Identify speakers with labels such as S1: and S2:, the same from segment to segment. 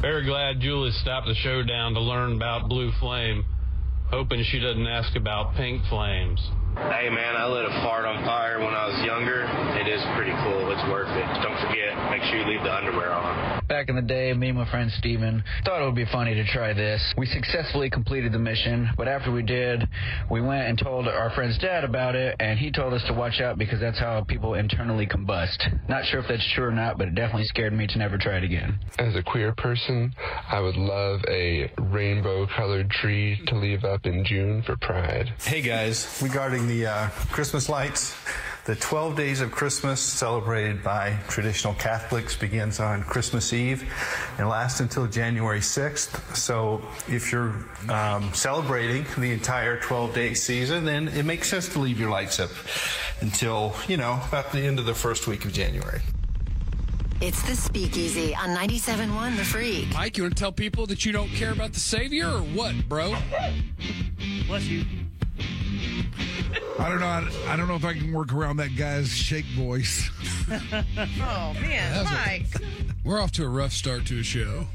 S1: Very glad Julie stopped the showdown to learn about Blue Flame. Hoping she doesn't ask about Pink Flames.
S2: Hey man, I lit a fart on fire when I was younger. It is pretty cool. It's worth it. Don't forget, make sure you leave the underwear on.
S3: Back in the day, me and my friend Steven thought it would be funny to try this. We successfully completed the mission, but after we did, we went and told our friend's dad about it, and he told us to watch out because that's how people internally combust. Not sure if that's true or not, but it definitely scared me to never try it again.
S4: As a queer person, I would love a rainbow colored tree to leave up in June for Pride.
S5: Hey guys,
S6: regarding the uh, Christmas lights, the 12 days of Christmas celebrated by traditional Catholics begins on Christmas Eve and lasts until January 6th. So if you're um, celebrating the entire 12 day season, then it makes sense to leave your lights up until, you know, about the end of the first week of January.
S7: It's the Speakeasy on 97.1 The Freak.
S8: Mike, you want to tell people that you don't care about the Savior or what, bro?
S9: Bless you.
S10: I don't know. I, I don't know if I can work around that guy's shake voice.
S9: Oh man,
S8: That's
S9: Mike.
S8: We're off to a rough start to a show.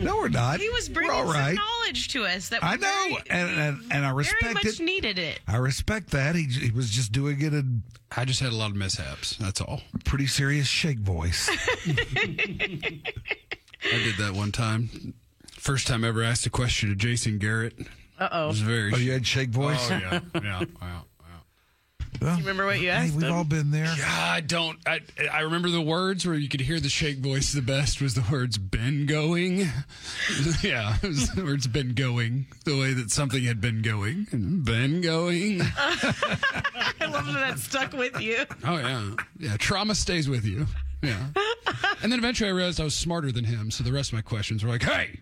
S10: No, we're not.
S9: He was
S10: We're
S9: bringing
S10: all right.
S9: some knowledge to us that
S10: I
S9: we
S10: know,
S9: very-
S10: and and, and I
S9: very
S10: respect
S9: much
S10: it.
S9: needed it.
S10: I respect that. He he was just doing it in
S8: I just had a lot of mishaps. That's all.
S10: pretty serious shake voice.
S8: I did that one time. First time I ever asked a question to Jason Garrett.
S9: Uh
S8: It
S9: oh.
S8: was very.
S10: oh, you had shake voice.
S8: Oh, yeah. Yeah. Wow. wow.
S10: Well,
S9: Remember what you
S10: hey,
S9: asked
S10: we've
S9: him?
S10: all been there.
S8: Yeah, I don't. I I remember the words where you could hear the shake voice the best was the words "been going." yeah, it was the words "been going." The way that something had been going, been going.
S9: I love that that stuck with you.
S8: Oh yeah, yeah. Trauma stays with you. Yeah. And then eventually I realized I was smarter than him, so the rest of my questions were like, "Hey,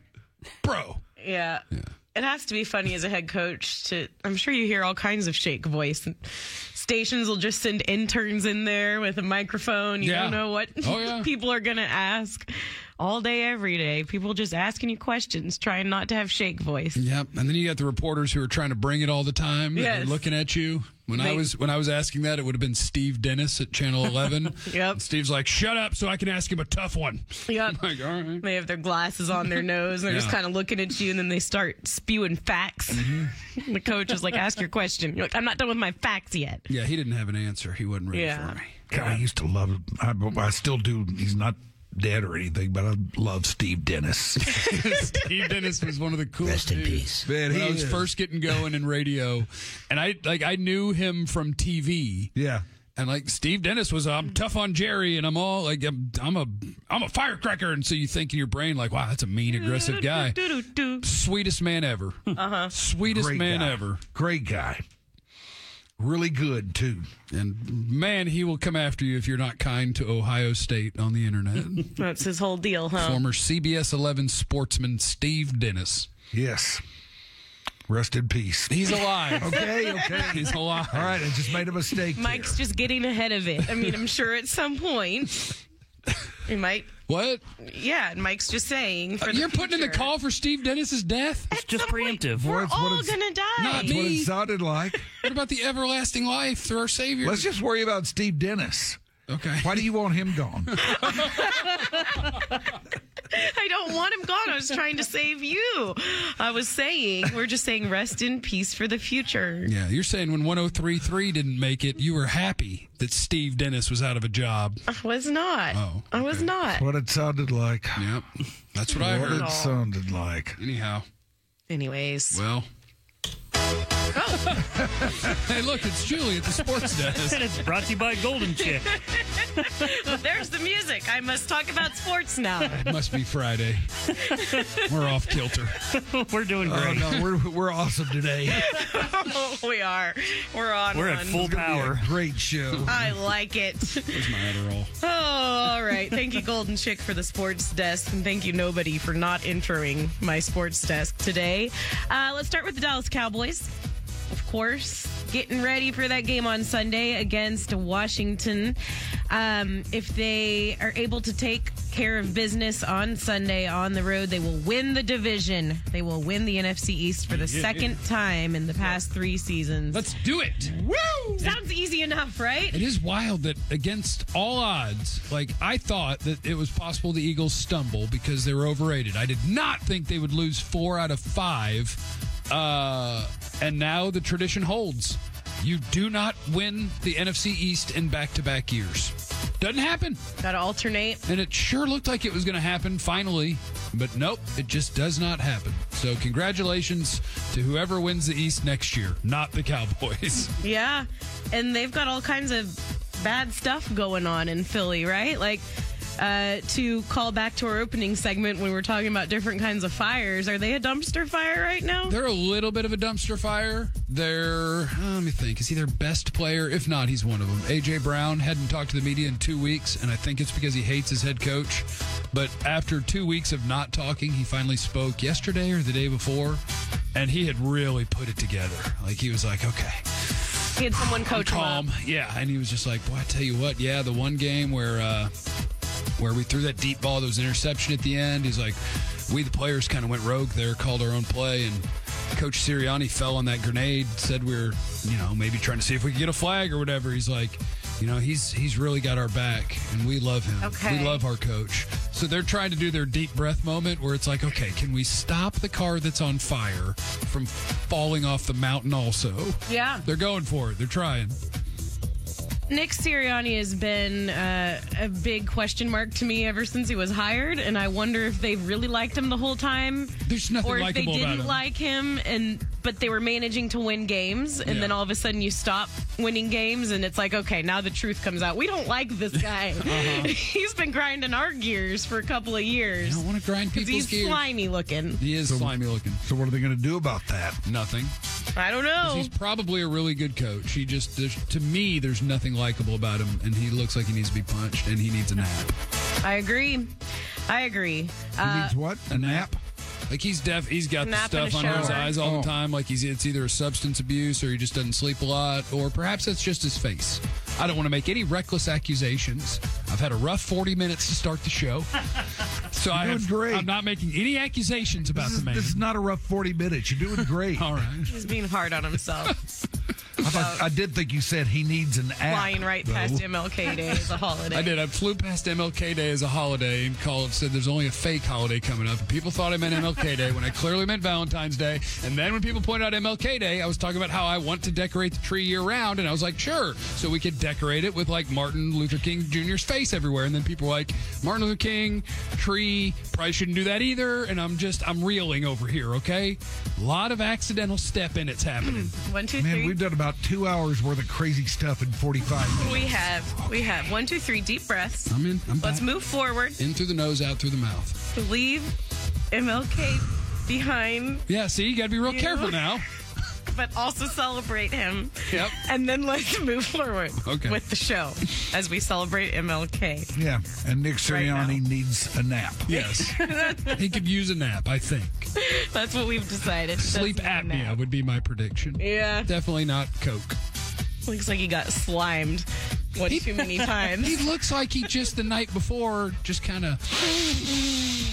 S8: bro."
S9: Yeah. It has to be funny as a head coach to I'm sure you hear all kinds of shake voice. Stations will just send interns in there with a microphone. You
S8: Yeah.
S9: don't know what
S8: Oh, yeah.
S9: people are gonna ask all day, every day. People just asking you questions, trying not to have shake voice.
S8: Yep. And then you got the reporters who are trying to bring it all the time. and they're
S9: Yes.
S8: looking at you. When I
S9: They-
S8: was when I was asking that, it would have been Steve Dennis at Channel Eleven.
S9: Yep.
S8: And Steve's like, "Shut up, so I can ask him a tough one."
S9: Yep.
S8: I'm like, all right.
S9: They have their glasses on their nose and they're just
S8: Yeah.
S9: kind of looking at you and then they start spewing facts.
S8: Mm-hmm.
S9: the coach is like, ask your question. You're like, I'm not done with my facts yet.
S8: Yeah, he didn't have an answer. He wasn't ready
S9: Yeah.
S8: for me.
S10: God, I used to love. I, I still do. He's not dead or anything, but I love Steve Dennis.
S8: Steve Dennis was one of the coolest.
S3: Rest in
S8: dudes.
S3: peace.
S10: Man,
S8: When
S10: he
S8: I was
S10: is.
S8: first getting going in radio, and I like I knew him from TV.
S10: yeah.
S8: And like Steve Dennis was, I'm tough on Jerry, and I'm all like, I'm, I'm a, I'm a firecracker, and so you think in your brain like, wow, that's a mean, aggressive guy.
S9: Do-do-do.
S8: Sweetest man ever. Uh huh. Sweetest
S10: Great
S8: man
S10: guy.
S8: ever.
S10: Great guy. Really good too.
S8: And man, he will come after you if you're not kind to Ohio State on the internet.
S9: That's his whole deal, huh?
S8: Former CBS 11 sportsman Steve Dennis.
S10: Yes. Rest in peace.
S8: He's alive.
S10: Okay. Okay.
S8: He's alive.
S10: All right. I just made a mistake. there.
S9: Mike's just getting ahead of it. I mean, I'm sure at some point we might.
S8: What?
S9: Yeah, and Mike's just saying. For
S8: You're putting in the
S9: future.
S8: call for Steve Dennis's death?
S9: At some some point,
S10: Well,
S9: We're,
S10: that's what
S9: all
S10: it's-
S9: gonna die.
S8: Not
S10: That's what
S8: me.
S10: it sounded like.
S8: What about the everlasting life through our Savior?
S10: Let's just worry about Steve Dennis.
S8: okay.
S10: Why do you want him gone?
S9: I don't want him gone. I was trying to save you. I was saying we're just saying rest in peace for the future.
S8: Yeah, you're saying when 1033 didn't make it, you were happy that Steve Dennis was out of a job.
S9: I was not.
S8: Oh,
S9: I was not.
S10: what it sounded like.
S8: Yep. That's what I
S10: What
S8: heard.
S10: it sounded like.
S8: Anyhow,
S9: Anyways,
S8: well. hey, look, it's Julie at the sports desk.
S9: Well,
S11: And it's brought to you by Golden Chick.
S9: there's the music. I must talk about sports now.
S8: It must be Friday. We're off kilter.
S11: We're doing
S10: Oh
S11: great.
S10: no, we're we're awesome today.
S9: we are. We're on.
S11: We're at
S9: one.
S11: full power.
S10: Great show.
S9: I like it.
S8: Where's my Adderall?
S9: Oh, all right. Thank you, Golden Chick, for the sports desk, and thank you, nobody, for not introing my sports desk today. Uh, let's start with the Dallas Cowboys, of course, getting ready for that game on Sunday against Washington. Um, if they are able to take care of business on Sunday on the road. They will win the division. They will win the NFC East for the
S8: Yeah.
S9: second time in the past three seasons.
S8: Let's do it.
S9: Woo! Sounds easy enough, right?
S8: It is wild that against all odds, like I thought that it was possible the Eagles stumble because they were overrated. I did not think they would lose four out of five. Uh, and now the tradition holds. You do not win the NFC East in back to back years. Doesn't happen.
S9: Gotta alternate.
S8: And it sure looked like it was going to happen finally, but nope, it just does not happen. So, congratulations to whoever wins the East next year, not the Cowboys.
S9: Yeah. And they've got all kinds of bad stuff going on in Philly, right? Like, uh, to call back to our opening segment when we were talking about different kinds of fires, are they a dumpster fire right now?
S8: They're a little bit of a dumpster fire. They're, uh, let me think, is he their best player? If not, he's one of them. A.J. Brown hadn't talked to the media in two weeks, and I think it's because he hates his head coach. But after two weeks of not talking, he finally spoke yesterday or the day before, and he had really put it together. Like, he was like, okay.
S9: He had someone
S8: I'm
S9: coach him up.
S8: calm. Yeah, and he was just like, "Boy, I tell you what, yeah, the one game where uh, where we threw that deep ball, there was an interception at the end. He's like, we the players kind of went rogue there, called our own play, and Coach Sirianni fell on that grenade. Said we were, you know, maybe trying to see if we could get a flag or whatever. He's like, you know, he's he's really got our back, and we love him.
S9: Okay.
S8: we love our coach. So they're trying to do their deep breath moment where it's like, okay, can we stop the car that's on fire from falling off the mountain? Also,
S9: Yeah.
S8: they're going for it. They're trying.
S9: Nick Sirianni has been uh, a big question mark to me ever since he was hired, and I wonder if they really liked him the whole time.
S8: There's nothing
S9: or if they
S8: likable about
S9: didn't
S8: him.
S9: like him, and but they were managing to win games, and
S8: Yeah.
S9: then all of a sudden you stop winning games, and it's like, okay, now the truth comes out. We don't like this guy.
S10: Uh-huh.
S9: He's been grinding our gears for a couple of years.
S8: I don't want to grind people's
S9: He's
S8: gears.
S9: slimy looking.
S8: He is slimy looking.
S10: So what are they going to do about that?
S8: Nothing.
S9: I don't know.
S8: He's probably a really good coach. He just, there's, to me, there's nothing likable about him, and he looks like he needs to be punched, and he needs a nap.
S9: I agree. I agree. Uh,
S10: he needs what? A nap?
S8: Like he's deaf. He's got the
S9: Nap and a
S8: stuff under his
S9: shower.
S8: eyes all
S10: Oh.
S8: the time. Like he's it's either a substance abuse or he just doesn't sleep a lot, or perhaps that's just his face. I don't want to make any reckless accusations. I've had a rough 40 minutes to start the show, so I
S10: You're
S8: have,
S10: doing great.
S8: I'm not making any accusations about
S10: This is,
S8: the man.
S10: this is not a rough 40 minutes. You're doing great.
S8: all right.
S9: He's being hard on himself.
S10: I, thought, I did think you said he needs an app.
S9: flying right
S10: though.
S9: past MLK Day as a holiday.
S8: I did. I flew past MLK Day as a holiday and called said there's only a fake holiday coming up. And people thought I meant MLK Day when I clearly meant Valentine's Day. And then when people pointed out MLK Day, I was talking about how I want to decorate the tree year round. And I was like, sure. So we could decorate it with like Martin Luther King Jr.'s face everywhere. And then people were like, Martin Luther King, tree, probably shouldn't do that either. And I'm just, I'm reeling over here, okay? A lot of accidental step in it's happening.
S9: One, two,
S10: Man,
S9: three.
S10: we've done about two hours worth of crazy stuff in 45 minutes.
S9: we have we have one, two, three deep breaths.
S8: I'm in. I'm
S9: Let's
S8: back.
S9: move forward.
S8: In through the nose, out through the mouth.
S9: Leave MLK behind,
S8: Yeah, see, you got to be real
S9: You.
S8: careful now.
S9: but also celebrate him.
S8: Yep.
S9: And then let's move forward
S8: Okay.
S9: with the show as we celebrate MLK.
S10: Yeah, and Nick
S9: Right now.
S10: Sirianni needs a nap.
S8: Yes. he could use a nap, I think.
S9: That's what we've decided. That's
S8: Sleep
S9: the
S8: apnea
S9: nap.
S8: would be my prediction.
S9: Yeah.
S8: Definitely not Coke.
S9: Looks like he got slimed one too many
S8: He
S9: times.
S8: looks like he just the night before just kind of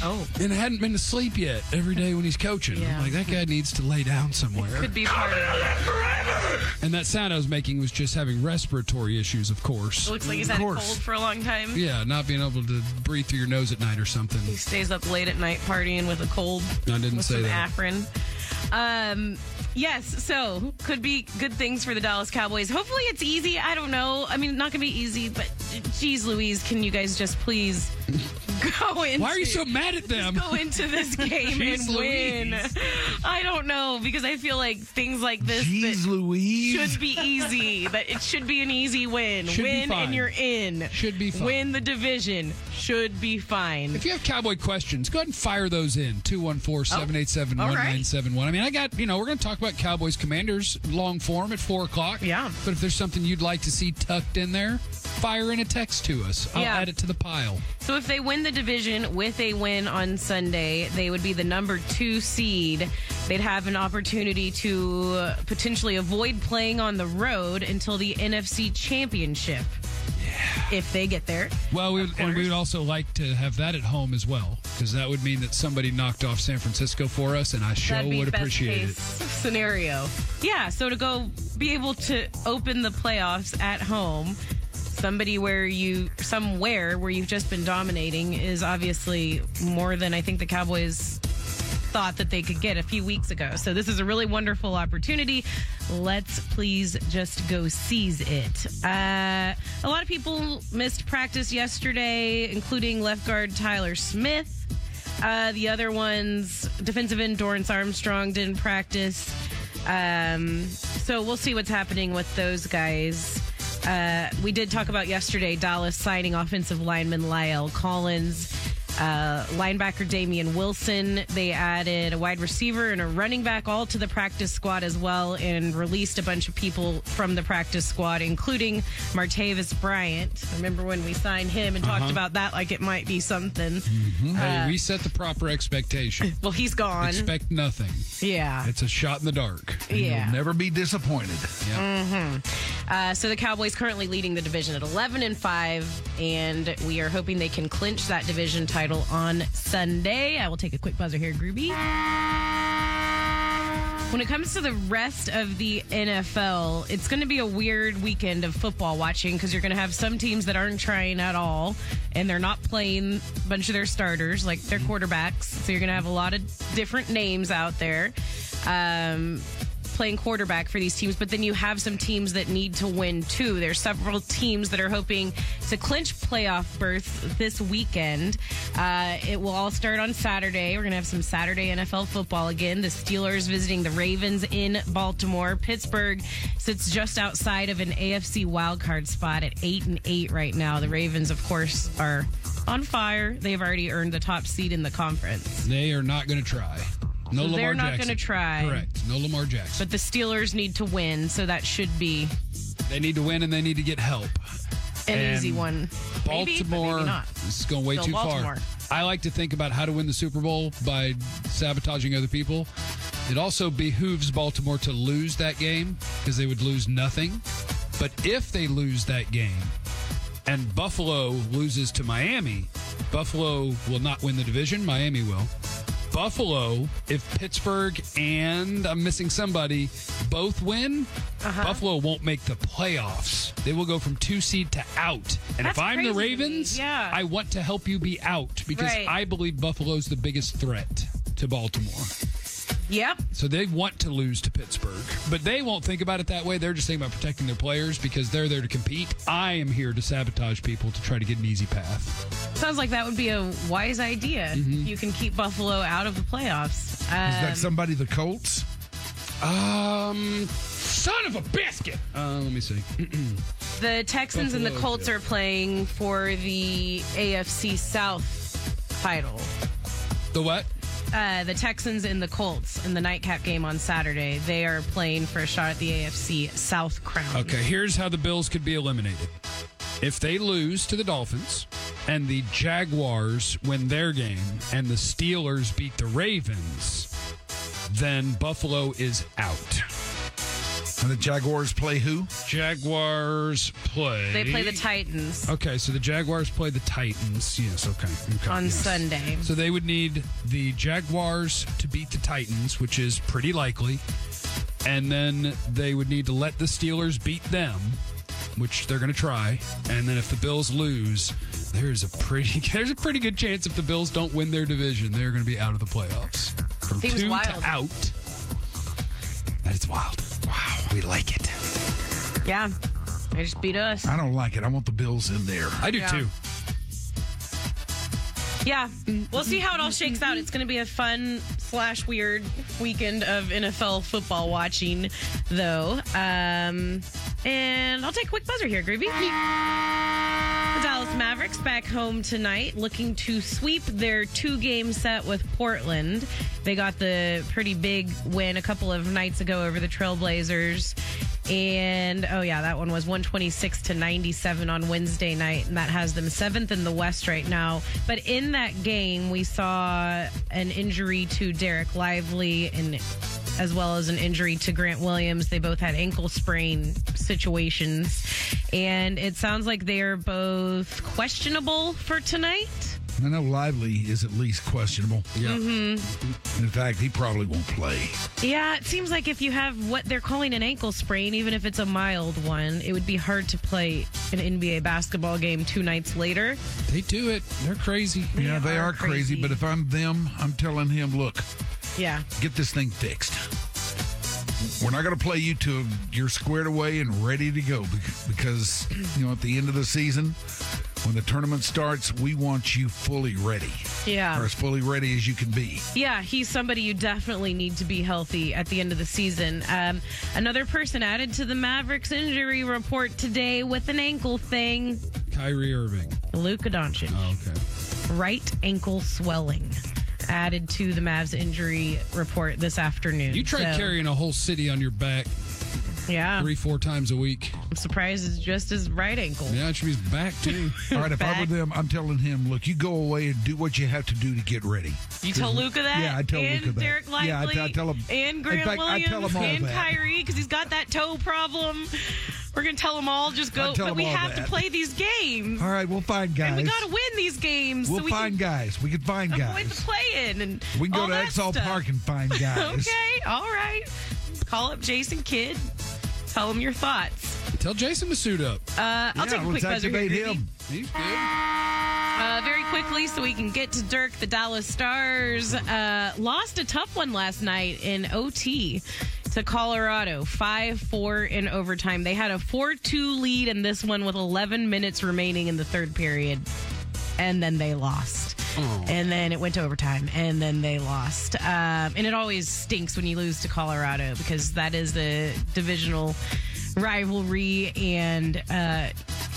S9: oh.
S8: and hadn't been to sleep yet every day when he's coaching.
S9: Yeah.
S8: I'm like, that guy needs to lay down somewhere.
S9: Could be part of it.
S8: And that sound I was making was just having respiratory issues, of course.
S9: Looks like he's had a
S10: course.
S9: cold for a long time.
S8: Yeah, not being able to breathe through your nose at night or something.
S9: He stays up late at night partying with a cold.
S8: I didn't
S9: with
S8: say
S9: some
S8: that.
S9: Afrin. Um, yes, so could be good things for the Dallas Cowboys. Hopefully, it's easy. I don't know. I mean, not gonna be easy, but geez, Louise, can you guys just please go into?
S8: Why are you so mad at them?
S9: Go into this game
S8: Jeez
S9: and win.
S8: Louise.
S9: I don't know because I feel like things like this that
S10: Jeez Louise.
S9: should be easy. That it should be an easy win.
S8: Should be
S9: win
S8: fine.
S9: and you're in.
S8: Should be fine.
S9: Win the division. Should be fine.
S8: If you have cowboy questions, go ahead and fire those
S9: Oh,
S8: in 214 787 1971. I mean, I got, you know, we're going to talk about Cowboys Commanders long form at 4 o'clock.
S9: Yeah.
S8: But if there's something you'd like to see tucked in there, fire in a text to us. I'll
S9: Yeah.
S8: add it to the pile.
S9: So if they win the division with a win on Sunday, they would be the number two seed. They'd have an opportunity to uh, potentially avoid playing on the road until the NFC Championship. if they get there.
S8: Well, we would, and we would also like to have that at home as well, because that would mean that somebody knocked off San Francisco for us, and I sure
S9: That'd be
S8: would
S9: best
S8: appreciate
S9: case Scenario. Yeah, so to go be able to open the playoffs at home, somebody where you somewhere where you've just been dominating is obviously more than I think the Cowboys thought that they could get a few weeks ago. So this is a really wonderful opportunity. Let's please just go seize it. Uh, a lot of people missed practice yesterday, including left guard Tyler Smith. Uh, the other ones, defensive end Dorrance Armstrong didn't practice. Um, so we'll see what's happening with those guys. Uh, we did talk about yesterday Dallas signing offensive lineman Lyle Collins uh, linebacker Damian Wilson. They added a wide receiver and a running back all to the practice squad as well and released a bunch of people from the practice squad, including Martavis Bryant. Remember when we signed him and
S8: Uh-huh.
S9: talked about that like it might be something?
S8: it. Hey,
S9: Uh,
S8: we set the proper expectation.
S9: well, he's gone.
S8: Expect nothing.
S9: yeah.
S8: It's a shot in the dark.
S9: And you'll Yeah.
S8: never be disappointed. Yeah.
S9: hmm Uh, so the Cowboys currently leading the division at 11 and 5, and we are hoping they can clinch that division title on Sunday. I will take a quick buzzer here, Groovy. When it comes to the rest of the NFL, it's going to be a weird weekend of football watching because you're going to have some teams that aren't trying at all and they're not playing a bunch of their starters, like their quarterbacks. So you're going to have a lot of different names out there. Um, playing quarterback for these teams, but then you have some teams that need to win too. There's several teams that are hoping to clinch playoff berths this weekend. Uh, it will all start on Saturday. We're going to have some Saturday NFL football again. The Steelers visiting the Ravens in Baltimore. Pittsburgh sits just outside of an AFC wildcard spot at 8 and 8 right now. The Ravens, of course, are on fire. They've already earned the top seed in the conference.
S8: They are not going to try. No
S9: So
S8: Lamar
S9: they're not
S8: Jackson.
S9: gonna try.
S8: Correct. No Lamar Jackson.
S9: But the Steelers need to win, so that should be
S8: They need to win and they need to get help.
S9: an
S8: And
S9: easy one. Maybe, but
S8: Baltimore
S9: maybe not.
S8: this is going way
S9: Still
S8: too
S9: Baltimore.
S8: far. I like to think about how to win the Super Bowl by sabotaging other people. It also behooves Baltimore to lose that game because they would lose nothing. But if they lose that game and Buffalo loses to Miami, Buffalo will not win the division. Miami will. Buffalo, if Pittsburgh and I'm missing somebody both win,
S9: Uh-huh.
S8: Buffalo won't make the playoffs. They will go from two seed to out. And
S9: That's
S8: if I'm
S9: crazy
S8: the
S9: to me.
S8: Ravens,
S9: Yeah.
S8: I want to help you be out because
S9: Right.
S8: I believe Buffalo's the biggest threat to Baltimore.
S9: Yep.
S8: So they want to lose to Pittsburgh, but they won't think about it that way. They're just thinking about protecting their players because they're there to compete. I am here to sabotage people to try to get an easy path.
S9: Sounds like that would be a wise idea. You can keep Buffalo out of the playoffs. Um,
S10: Is that somebody the Colts?
S8: Um, son of a biscuit. Uh, let me see.
S9: the Texans and the
S8: Buffalo,
S9: Colts
S8: yeah.
S9: are playing for the AFC South title.
S8: the what?
S9: Uh, the Texans and the Colts in the nightcap game on Saturday. They are playing for a shot at the AFC South crown.
S8: Okay, here's how the Bills could be eliminated. If they lose to the Dolphins and the Jaguars win their game and the Steelers beat the Ravens, then Buffalo is out.
S10: And the Jaguars play who?
S8: Jaguars play.
S9: They play the Titans
S8: Okay, so the Jaguars play the Titans. Yes, okay. okay,
S9: on
S8: yes.
S9: Sunday.
S8: So they would need the Jaguars to beat the Titans, which is pretty likely. And then they would need to let the Steelers beat them, which they're going to try. And then if the Bills lose, there's a pretty there's a pretty good chance if the Bills don't win their division, they're going to be out of the playoffs. From
S9: Seems
S8: two
S9: wild.
S8: to out. That is wild. Wow, we like it.
S9: Yeah. They just beat us.
S10: I don't like it. I want the Bills in there.
S8: I do
S9: Yeah.
S8: too.
S9: Yeah, we'll see how it all shakes out. It's going to be a fun slash weird weekend of NFL football watching, though. Um, and I'll take a quick buzzer here, Groovy. The Dallas Mavericks back home tonight, looking to sweep their two-game set with Portland. They got the pretty big win a couple of nights ago over the Trailblazers. And oh yeah, that one was 126 to 97 on Wednesday night, and that has them seventh in the West right now. But in that game, we saw an injury to Derek Lively, and as well as an injury to Grant Williams. They both had ankle sprain situations. And it sounds like they are both questionable for tonight.
S10: I know Lively is at least questionable. Yeah.
S9: Mm-hmm.
S10: In fact, he probably won't play.
S9: Yeah, it seems like if you have what they're calling an ankle sprain, even if it's a mild one, it would be hard to play an NBA basketball game two nights later.
S10: They do it. They're crazy. yeah, they
S9: are
S10: are crazy,
S9: crazy.
S10: But if I'm them, I'm telling him, look,
S9: Yeah.
S10: get this thing fixed. We're not going to play you till you're squared away and ready to go bec- because, you know, at the end of the season, when the tournament starts, we want you fully ready
S9: Yeah.
S10: or as fully ready as you can be.
S9: Yeah, he's somebody you definitely need to be healthy at the end of the season. Um, another person added to the Mavericks injury report today with an ankle thing.
S8: Kyrie Irving.
S9: Luka Doncic,
S8: Okay.
S9: right ankle swelling, added to the Mavs injury report this afternoon.
S8: You try
S9: So,
S8: carrying a whole city on your back
S9: Yeah,
S8: three, four times a week.
S9: I'm surprised it's just his right ankle.
S8: Yeah, it should be his back too.
S10: All right, if I were them, I'm telling him, look, you go away and do what you have to do to get ready.
S9: You tell Luca that,
S10: Yeah, I tell
S9: and
S10: Luka that.
S9: Derek Lively,
S10: Yeah, I- I tell him-
S9: and
S10: in
S9: Grant
S10: fact, I
S9: Williams,
S10: tell him all
S9: and
S10: that.
S9: Kyrie because he's got that toe problem. We're gonna tell them all just go,
S10: I tell
S9: but
S10: 'em
S9: we
S10: all
S9: have
S10: that.
S9: to play these games,
S10: All right, we'll find guys.
S9: and we gotta win these games
S10: We'll
S9: so we
S10: find
S9: can
S10: guys. We can find
S9: avoid
S10: guys.
S9: the play-in and
S10: We can
S9: all
S10: go to
S9: that
S10: Exall
S9: stuff.
S10: Park and find guys.
S9: okay, all right. Call up Jason Kidd. Tell him your thoughts.
S8: Tell Jason Masood up.
S9: Uh,
S10: Yeah,
S9: I'll take a quick
S10: let's
S9: buzzer here,
S10: activate
S9: Groovy.
S10: him.
S8: He's good.
S9: Uh, very quickly, so we can get to Dirk. The Dallas Stars uh, lost a tough one last night in OT to Colorado, 5 4 in overtime. They had a 4 2 lead in this one with 11 minutes remaining in the third period, and then they lost. And then it went to overtime, and then they lost. Um, and it always stinks when you lose to Colorado because that is a divisional rivalry, and uh,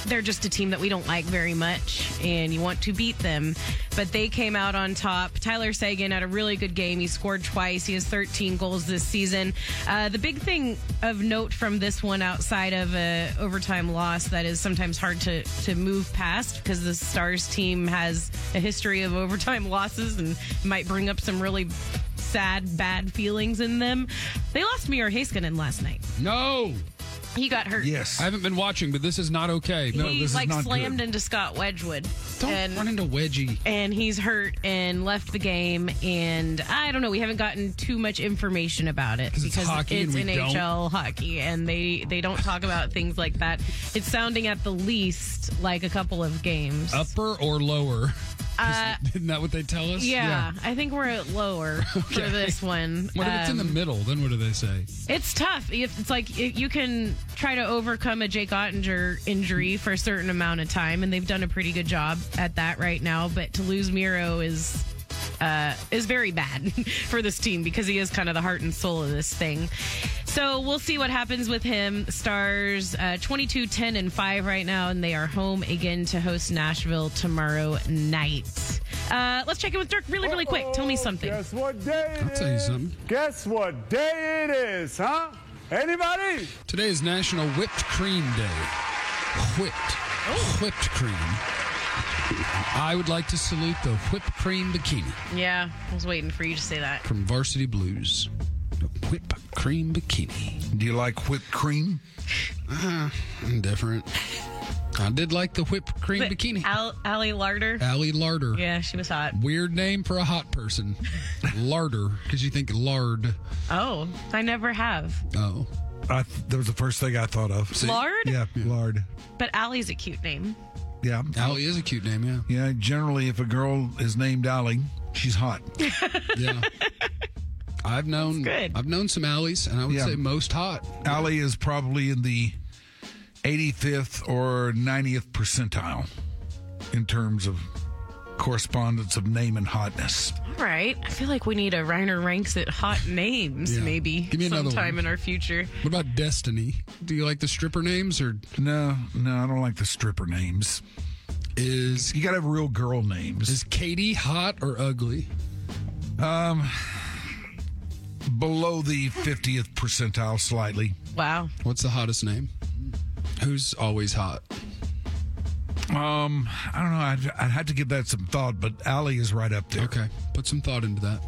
S9: they're just a team that we don't like very much, and you want to beat them. But they came out on top. Tyler Sagan had a really good game. He scored twice. He has 13 goals this season. Uh, the big thing of note from this one, outside of a overtime loss, that is sometimes hard to to move past because the Stars team has a history of overtime losses and might bring up some really sad, bad feelings in them. They lost Miro Haskinen last night.
S8: No,
S9: He got hurt.
S10: Yes.
S8: I haven't been watching, but this is not okay. No,
S9: he
S10: this is
S9: like
S10: not
S9: slammed
S10: good.
S9: into Scott Wedgwood.
S8: don't
S9: and
S8: run into Wedgie.
S9: and he's hurt and left the game. And I don't know. We haven't gotten too much information about it
S8: it's hockey and
S9: it's
S8: we
S9: NHL hockey, and they they don't talk about things like that. It's sounding at the least like a couple of games.
S8: Upper or lower? Isn't that what they tell us?
S9: Uh, Yeah, I think we're at lower for this one.
S8: What if it's in the
S9: Um,
S8: middle? Then what do they say?
S9: It's tough. If- It's like if you can try to overcome a Jake Ottinger injury for a certain amount of time, and they've done a pretty good job at that right now. But to lose Miro is uh, is very bad for this team because he is kind of the heart and soul of this thing. So we'll see what happens with him. Stars uh, 22, 10, and 5 right now, and they are home again to host Nashville tomorrow night. Uh, let's check in with Dirk really, really quick. Tell me something.
S5: Guess what day it
S8: I'll tell you
S5: is?
S8: something.
S5: Guess what day it is, huh? Anybody?
S8: Today is National Whipped Cream Day. Whipped.
S9: Oh.
S8: Whipped cream. I would like to salute the whipped cream bikini
S9: Yeah, I was waiting for you to say that.
S8: from Varsity Blues. The whipped cream bikini.
S10: Do you like whipped cream?
S8: Indifferent. I did like the whipped cream bikini. Uh,
S9: Al- Allie Larder.
S8: Allie Larder.
S9: Yeah, she was hot.
S8: Weird name for a hot person. Larder, because you think lard.
S9: Oh, I never have.
S8: Oh.
S10: I, that was the first thing I thought of. See?
S9: Lard?
S10: Yeah, lard.
S9: But Allie's a cute name.
S10: Yeah.
S8: Allie is a cute name, yeah.
S10: Yeah, generally, if a girl is named Allie, she's hot.
S8: Yeah. I've known
S9: good.
S8: I've known some alleys, and I would
S10: Yeah.
S8: say most hot.
S10: Allie is probably in the 85th or 90th percentile in terms of correspondence of name and hotness.
S9: All right. I feel like we need a Reiner ranks at hot names,
S8: Yeah.
S9: maybe
S8: Give me another
S9: sometime
S8: one.
S9: in our future.
S8: What about Destiny? Do you like the stripper names or
S10: No, no, I don't like the stripper names.
S8: is
S10: You got to have real girl names.
S8: is Katie hot or ugly?
S10: Um, below the 50th percentile slightly.
S9: Wow.
S8: What's the hottest name? Who's always hot?
S10: Um, I don't know. I'd, I'd have to give that some thought, but Allie is right up there.
S8: Okay, put some thought into that.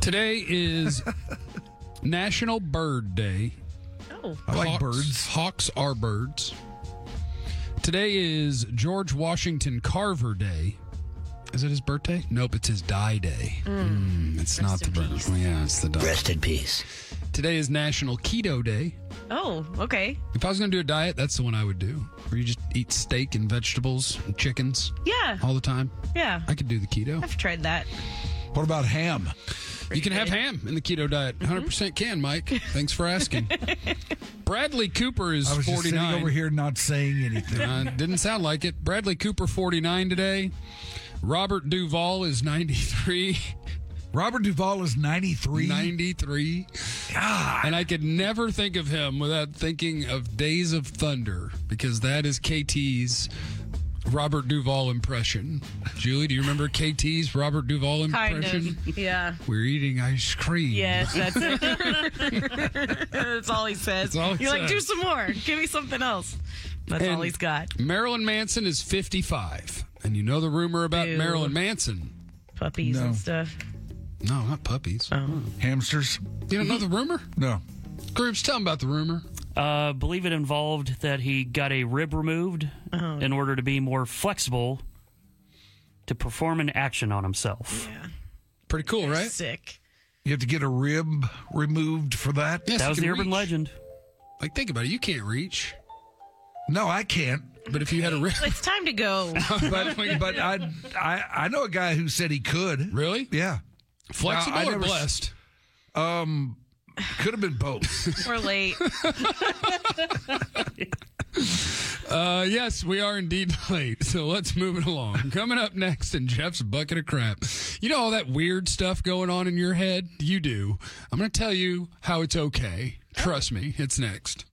S8: Today is National Bird Day.
S9: Oh,
S10: I like
S8: birds. Hawks are birds. Today is George Washington Carver Day. Is it his birthday? Nope, it's his die day. Mm, it's not the birthday. Yeah, it's the die. Rest in peace. Today is National Keto Day.
S9: Oh, okay.
S8: If I was going to do a diet, that's the one I would do. Where you just eat steak and vegetables and chickens
S9: Yeah.
S8: all the time.
S9: Yeah.
S8: I could do the keto.
S9: I've tried that.
S8: What about ham? you can have
S9: good. Mm-hmm.
S8: ham in the keto diet. 100% can, Mike. Thanks for asking. Bradley Cooper is
S10: I was just
S8: 49.
S10: sitting over here not saying anything.
S8: Uh, didn't sound like it. Bradley Cooper, 49 today. Robert Duvall is 93.
S10: Robert Duvall is 93?
S8: 93. And I could never think of him without thinking of Days of Thunder because that is KT's Robert Duvall impression. Julie, do you remember KT's Robert Duvall
S9: Kind
S8: impression?
S9: of. Yeah.
S8: We're eating ice cream.
S9: Yes, that's it. that's all he says.
S8: That's all he
S9: You're like,
S8: says.
S9: do some more. Give me something else. That's all
S8: And
S9: he's got.
S8: Marilyn Manson is 55. And you know the rumor about
S9: Ew.
S8: Marilyn Manson.
S9: Puppies
S8: No.
S9: and stuff.
S8: No, not puppies.
S9: Oh.
S10: Hamsters.
S8: You don't know the rumor?
S10: No.
S8: Groups, tell them about the rumor.
S11: Uh, believe it involved that he got a rib removed in order to be more flexible to perform an action on himself. Yeah.
S8: Pretty cool, right?
S9: Sick.
S10: You have to get a rib removed for that?
S8: Yes,
S11: that
S8: you
S11: was
S8: can
S11: the urban
S8: reach.
S11: legend.
S8: Like, think about it. You can't reach.
S10: No, I can't.
S8: But if you had a rib.
S9: It's time to go.
S10: but but I, I I know a guy who said he could.
S8: Really?
S10: Yeah.
S8: Flexible
S10: I
S8: or
S10: never s-
S8: blessed?
S10: Um, could have been both.
S9: We're late.
S8: Uh, yes, we are indeed late. So let's move it along. Coming up next in Jeff's bucket of crap. You know all that weird stuff going on in your head? You do. I'm going to tell you how it's okay. Trust me, it's next.